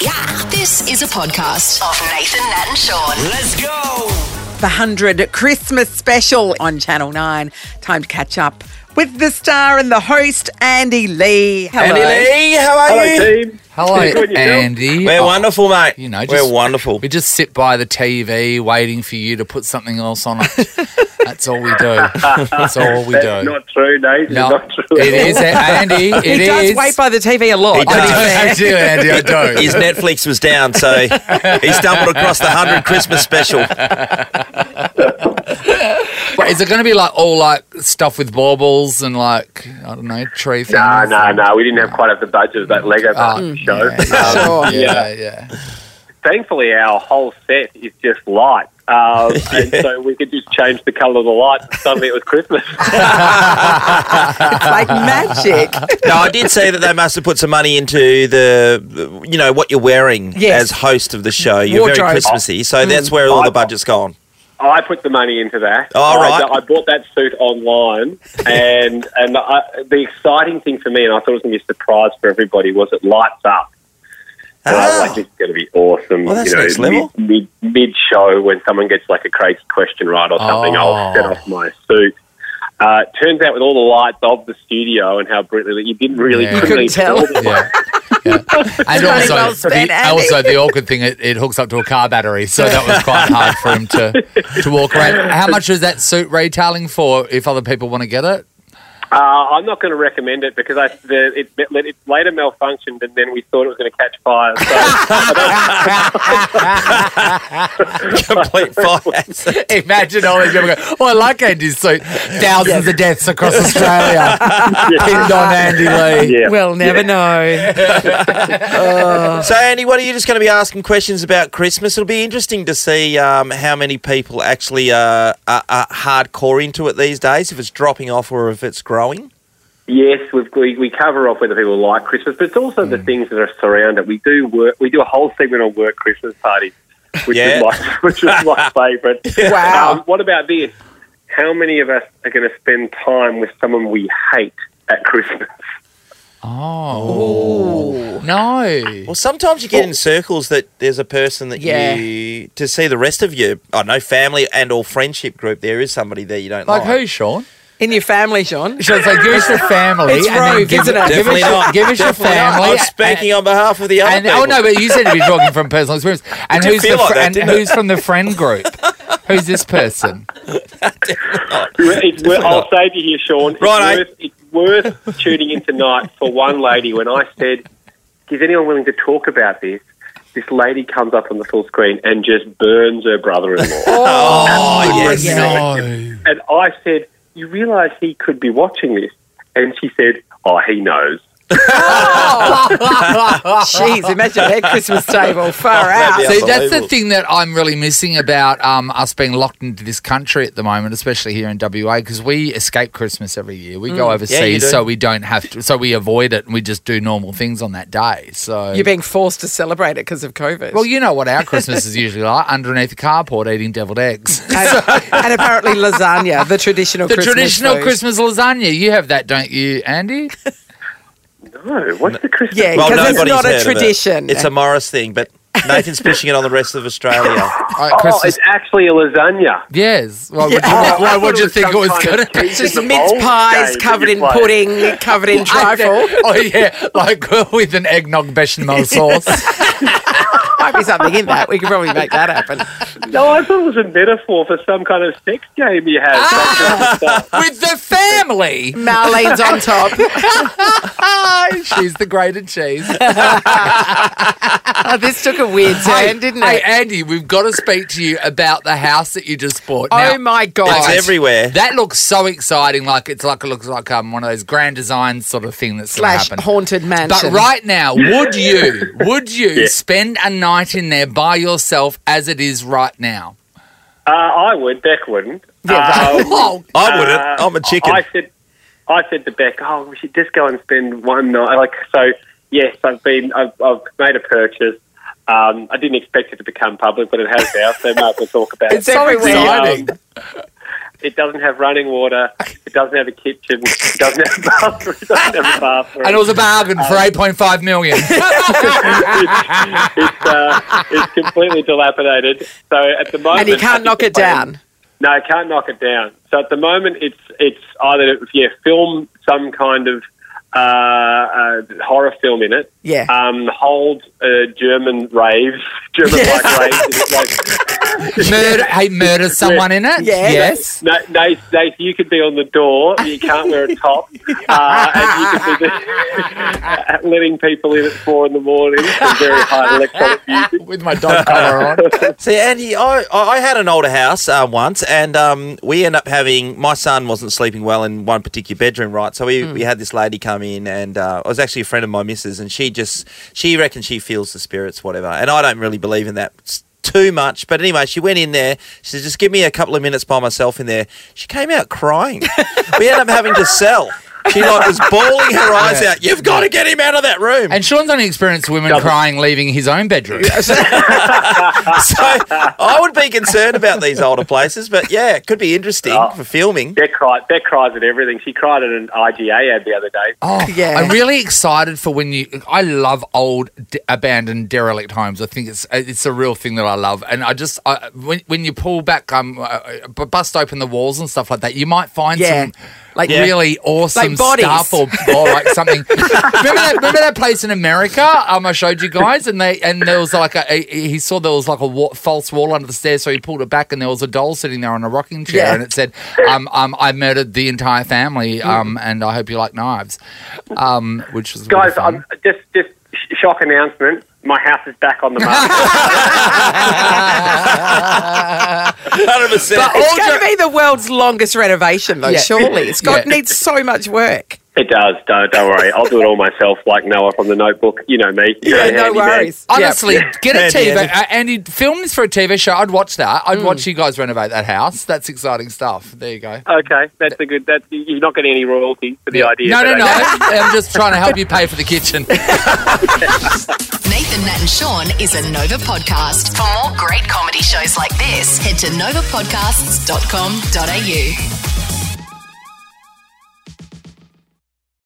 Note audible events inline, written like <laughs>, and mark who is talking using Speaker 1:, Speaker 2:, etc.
Speaker 1: Yeah. This is a podcast of Nathan, Nat, and Sean.
Speaker 2: Let's go.
Speaker 3: the 100 Christmas special on Channel 9. Time to catch up with the star and the host, Andy Lee. Hello.
Speaker 4: Andy Lee, how are
Speaker 5: Hello,
Speaker 4: you?
Speaker 5: team.
Speaker 4: Hello,
Speaker 5: good, yourself?
Speaker 4: Andy.
Speaker 2: We're
Speaker 4: Oh,
Speaker 2: wonderful, mate.
Speaker 4: You know,
Speaker 2: we're
Speaker 4: just-
Speaker 2: wonderful.
Speaker 4: We just sit by the TV waiting for you to put something else on
Speaker 5: <laughs>
Speaker 4: it. That's all we do. That's all we
Speaker 5: That's
Speaker 4: do.
Speaker 5: not true, Nate.
Speaker 4: No,
Speaker 5: It's not true.
Speaker 4: it
Speaker 5: <laughs>
Speaker 4: is, eh, Andy. It is.
Speaker 3: He does wait by the TV a lot.
Speaker 2: He
Speaker 4: I
Speaker 2: does.
Speaker 4: do, I <laughs> do, Andy. I do.
Speaker 2: <laughs> His Netflix was down, so he stumbled across the 100 Christmas special.
Speaker 4: Wait, is it going to be like all like stuff with baubles and like I don't know tree things?
Speaker 5: No, no, no. We didn't have quite have the budget of that Lego show.
Speaker 4: Mm. Oh,
Speaker 5: Uh,
Speaker 4: Yeah,
Speaker 3: Sure.
Speaker 4: yeah, yeah, yeah.
Speaker 5: Thankfully, our whole set is just light.
Speaker 4: <laughs>
Speaker 5: Um, And so we could just change the colour of the lights and suddenly it
Speaker 4: <laughs>
Speaker 5: was Christmas.
Speaker 3: It's like magic.
Speaker 2: No, I did see that they must have put some money into the, you know, what you're wearing
Speaker 3: Yes.
Speaker 2: as host of the show. You're
Speaker 3: Wardrobe.
Speaker 2: very Christmassy, so
Speaker 4: Mm.
Speaker 2: that's where all the budget's
Speaker 4: <laughs>
Speaker 2: gone.
Speaker 5: I put the money into that.
Speaker 2: Oh, All
Speaker 5: I,
Speaker 2: right.
Speaker 5: I bought that suit
Speaker 2: <laughs>
Speaker 5: online, and and I, the exciting thing for me, and I thought it was going to be a surprise for everybody, was it lights up. And I was
Speaker 2: Ah.
Speaker 5: like, this is going to be awesome.
Speaker 2: Well, that's
Speaker 5: you know,
Speaker 2: next level.
Speaker 5: Mid, mid, mid-show, when someone gets like a crazy question right or something,
Speaker 4: Oh.
Speaker 5: I'll set off my suit. Uh, turns out with all the lights of the studio and how brilliantly you didn't really
Speaker 4: Yeah. You
Speaker 3: couldn't
Speaker 5: really
Speaker 3: tell.
Speaker 4: yeah. Yeah. And
Speaker 3: Money
Speaker 4: also,
Speaker 3: well spent,
Speaker 4: the,
Speaker 3: Andy.
Speaker 4: also the awkward thing, it, it hooks up to a car battery, so that was quite hard for him to, to walk around. How much is that suit retailing for if other people want to get it?
Speaker 5: Uh, I'm not going to recommend it because I, the, it, it, it later malfunctioned and then we thought it was going to catch fire.
Speaker 2: <laughs>
Speaker 5: So
Speaker 2: Complete fire hazard.
Speaker 4: <laughs> Imagine all these people go, oh, I like Andy's suit. Thousands of deaths across Australia. <laughs> Pinned on Andy Lee.
Speaker 5: yeah.
Speaker 3: We'll never know.
Speaker 4: Uh.
Speaker 2: So, Andy, what are you just going to be asking questions about Christmas? It'll be interesting to see um, how many people actually uh, are, are hardcore into it these days, if it's dropping off or if it's growing.
Speaker 5: Yes, we've, we we cover off whether people like Christmas, but it's also
Speaker 2: Mm.
Speaker 5: the things that are surrounded. We do work. We do a whole segment on work Christmas parties, which
Speaker 2: Yeah.
Speaker 5: is my <laughs> which is
Speaker 2: <laughs>
Speaker 5: my favourite.
Speaker 3: Wow.
Speaker 5: Um, what about this? How many of us are going to spend time with someone we hate at Christmas? <laughs>
Speaker 4: Oh. No.
Speaker 2: Well, sometimes you get in circles that there's a person that
Speaker 3: Yeah.
Speaker 2: you to see the rest of your I don't know family and or friendship group. There is somebody there you don't
Speaker 4: Like
Speaker 2: like.
Speaker 4: who, Sean?
Speaker 3: In your family, Sean.
Speaker 4: Sean's like, give us your family.
Speaker 3: It's
Speaker 4: and then
Speaker 3: rogue,
Speaker 4: give,
Speaker 3: isn't it?
Speaker 4: Give us,
Speaker 2: Definitely
Speaker 4: your-
Speaker 2: not.
Speaker 4: give us your family.
Speaker 2: I'm speaking on behalf of the other.
Speaker 4: And
Speaker 2: people.
Speaker 4: oh no, but you said to be talking
Speaker 2: <laughs>
Speaker 4: from personal experience. And
Speaker 2: did
Speaker 4: who's the
Speaker 2: feel like
Speaker 4: fr-
Speaker 2: that,
Speaker 4: and
Speaker 2: didn't it?
Speaker 4: who's from the friend group? Who's this person?
Speaker 2: <laughs>
Speaker 5: It's worth, I'll save you here, Sean. It's
Speaker 2: Righto.
Speaker 5: worth, it's worth tuning in tonight for one lady. When I said, "Is anyone willing to talk about this?" This lady comes up on the full screen and just burns her brother-in-law.
Speaker 2: Oh yes.
Speaker 3: Yeah.
Speaker 4: No.
Speaker 5: And I said, You realise he could be watching this? And she said, Oh, he knows.
Speaker 3: Jeez, imagine their Christmas table
Speaker 4: Oh,
Speaker 3: far out.
Speaker 2: that'd
Speaker 4: See, that's the
Speaker 2: Unbelievable.
Speaker 4: thing that I'm really missing about um, us being locked into this country at the moment, especially here in WA, because we escape Christmas every year. We go overseas,
Speaker 2: Mm. do.
Speaker 4: so we don't have to, so we avoid it and we just do normal things on that day. So,
Speaker 3: You're being forced to celebrate it because of COVID.
Speaker 4: well, you know what our Christmas is usually like underneath the carport eating
Speaker 2: <laughs>
Speaker 4: deviled eggs.
Speaker 3: and, and apparently lasagna, the traditional
Speaker 4: the
Speaker 3: Christmas
Speaker 4: traditional
Speaker 3: food.
Speaker 4: Christmas lasagna. You have that, don't you,
Speaker 2: <laughs>
Speaker 4: Andy?
Speaker 5: No, what's the Christmas?
Speaker 3: Yeah,
Speaker 2: Well,
Speaker 3: because it's
Speaker 2: nobody's
Speaker 3: not
Speaker 2: heard
Speaker 3: a
Speaker 2: of it.
Speaker 3: tradition.
Speaker 2: It's a Morris thing, but Nathan's pushing it on the rest of Australia.
Speaker 4: All right,
Speaker 5: Oh,
Speaker 4: Christmas.
Speaker 5: it's actually a lasagna.
Speaker 4: yes. Why would you,
Speaker 3: Yeah.
Speaker 5: <laughs>
Speaker 4: why
Speaker 5: I
Speaker 4: would
Speaker 5: thought
Speaker 4: you
Speaker 5: it was
Speaker 4: think it
Speaker 5: some
Speaker 4: was
Speaker 5: kind of
Speaker 4: going to be?
Speaker 5: cheese
Speaker 3: It's
Speaker 5: in the
Speaker 3: mince
Speaker 5: bowl game
Speaker 3: pies
Speaker 5: that
Speaker 3: covered
Speaker 5: you
Speaker 3: in
Speaker 5: play.
Speaker 3: pudding, covered in trifle.
Speaker 4: <laughs> Oh yeah, like uh, with an eggnog bechamel
Speaker 5: <laughs>
Speaker 4: sauce.
Speaker 3: Might be something in that. We could probably make that happen.
Speaker 5: No, I thought it was a metaphor for some kind of sex game you have.
Speaker 4: Ah! with the family.
Speaker 3: Marlene's on top.
Speaker 4: <laughs> She's the grated cheese.
Speaker 3: <laughs> Oh, this took a weird turn, didn't it?
Speaker 4: Hey, Andy, we've got to speak to you about the house that you just bought.
Speaker 3: oh
Speaker 4: Now,
Speaker 3: my god!
Speaker 2: It's everywhere.
Speaker 4: That looks so exciting. Like it's like it looks like um, one of those grand design sort of thing that's gonna
Speaker 3: Slash
Speaker 4: happen.
Speaker 3: haunted mansion.
Speaker 4: But right now, would
Speaker 5: <laughs>
Speaker 4: you would you spend a night in there by yourself as it is right now?
Speaker 5: uh, I would. Beck wouldn't. Um,
Speaker 4: Oh,
Speaker 2: I wouldn't.
Speaker 5: uh,
Speaker 2: I'm a chicken.
Speaker 5: I said, I said to Beck, "Oh, we should just go and spend one night." Like so, yes, I've been, I've, I've made a purchase. Um, I didn't expect it to become public, but it has now, so might as well talk
Speaker 3: <laughs>
Speaker 5: about
Speaker 3: It's
Speaker 5: it.
Speaker 3: everywhere.
Speaker 5: Um, It doesn't have running water. It doesn't have a kitchen. It doesn't have a bathroom. It doesn't have a bathroom.
Speaker 4: And it was a bargain
Speaker 5: Uh,
Speaker 4: for 8.5 million.
Speaker 5: <laughs> it's, uh, it's completely dilapidated. So at the moment,
Speaker 3: and you can't knock it down.
Speaker 5: No, I can't knock it down. So at the moment, it's it's either yeah, film some kind of uh, uh, horror film in it.
Speaker 3: <laughs> Yeah.
Speaker 5: Um, hold uh, German raves, <laughs> German like raves. Like,
Speaker 4: <laughs> Murder, hey, murder someone in it?
Speaker 3: Yeah.
Speaker 4: Yes.
Speaker 5: no, Nath, Nath, you could be on the door. You can't wear a top, uh, and you could be just <laughs> letting people in at four in the morning. with Very high electronic music.
Speaker 4: With my dog collar on.
Speaker 2: <laughs> See, Andy, I, I I had an older house uh, once, and um, we ended up having my son wasn't sleeping well in one particular bedroom, right? So we, we had this lady come in, and uh, I was actually a friend of my missus, and she just she reckons she feels the spirits, whatever. And I don't really believe in that s- too much, but anyway, she went in there. She said, "Just give me a couple of minutes by myself in there." She came out crying. we ended up having to sell. She like was bawling her eyes out. You've got to get him out of that room.
Speaker 4: <laughs> And Sean's only experienced women crying leaving his own bedroom.
Speaker 2: <laughs> So I would be concerned about these older places, but yeah, it could be interesting
Speaker 5: Oh.
Speaker 2: for filming.
Speaker 5: That cry, that cries at everything. She cried at an IGA ad the other day.
Speaker 4: Oh,
Speaker 3: <laughs> Yeah.
Speaker 4: I'm really excited for when you. I love old, d- abandoned, derelict homes. I think it's it's a real thing that I love, and I just I, when when you pull back, um, uh, b- bust open the walls and stuff like that, you might find
Speaker 3: Yeah.
Speaker 4: some. Like
Speaker 2: Yeah.
Speaker 4: really awesome
Speaker 3: Like bodies.
Speaker 4: stuff, or, or like
Speaker 5: <laughs>
Speaker 4: something. remember, that, remember that place in America? Um, I showed you guys, and they and there was like a, a- he saw there was like a wa- false wall under the stairs, so he pulled it back, and there was a doll sitting there on a rocking chair,
Speaker 3: Yeah.
Speaker 4: and it said, um, um, "I murdered the entire
Speaker 5: Mm.
Speaker 4: family, um, and I hope you like knives." um, which was really
Speaker 5: Guys,
Speaker 4: fun.
Speaker 5: I'm, just just sh- shock announcement. My house is back on the market.
Speaker 4: <laughs>
Speaker 2: 100%.
Speaker 4: But all
Speaker 3: It's
Speaker 4: jo-
Speaker 3: going to be the world's longest renovation, though.
Speaker 4: Yeah.
Speaker 3: Surely, it's got <laughs>
Speaker 4: Yeah.
Speaker 3: needs so much work.
Speaker 5: it does. Don't don't worry. I'll do it all myself, like Noah from the Notebook. You know me. You're a
Speaker 3: no
Speaker 5: handyman.
Speaker 3: worries.
Speaker 4: honestly, get a
Speaker 2: Andy,
Speaker 4: TV.
Speaker 2: Andy.
Speaker 4: uh, Andy, film this for a TV show. I'd watch that.
Speaker 5: Mm.
Speaker 4: I'd watch you guys renovate that house. That's exciting stuff. There you go.
Speaker 5: Okay, that's a good. That's you're not getting any royalties for the idea.
Speaker 4: no,
Speaker 5: but
Speaker 4: no, no.
Speaker 5: okay.
Speaker 4: <laughs> I'm just trying to help you pay for the
Speaker 5: <laughs>
Speaker 4: kitchen.
Speaker 1: Nathan, Nat, and Sean is a Nova podcast. For more great comedy shows like this, head to novapodcasts.com.au.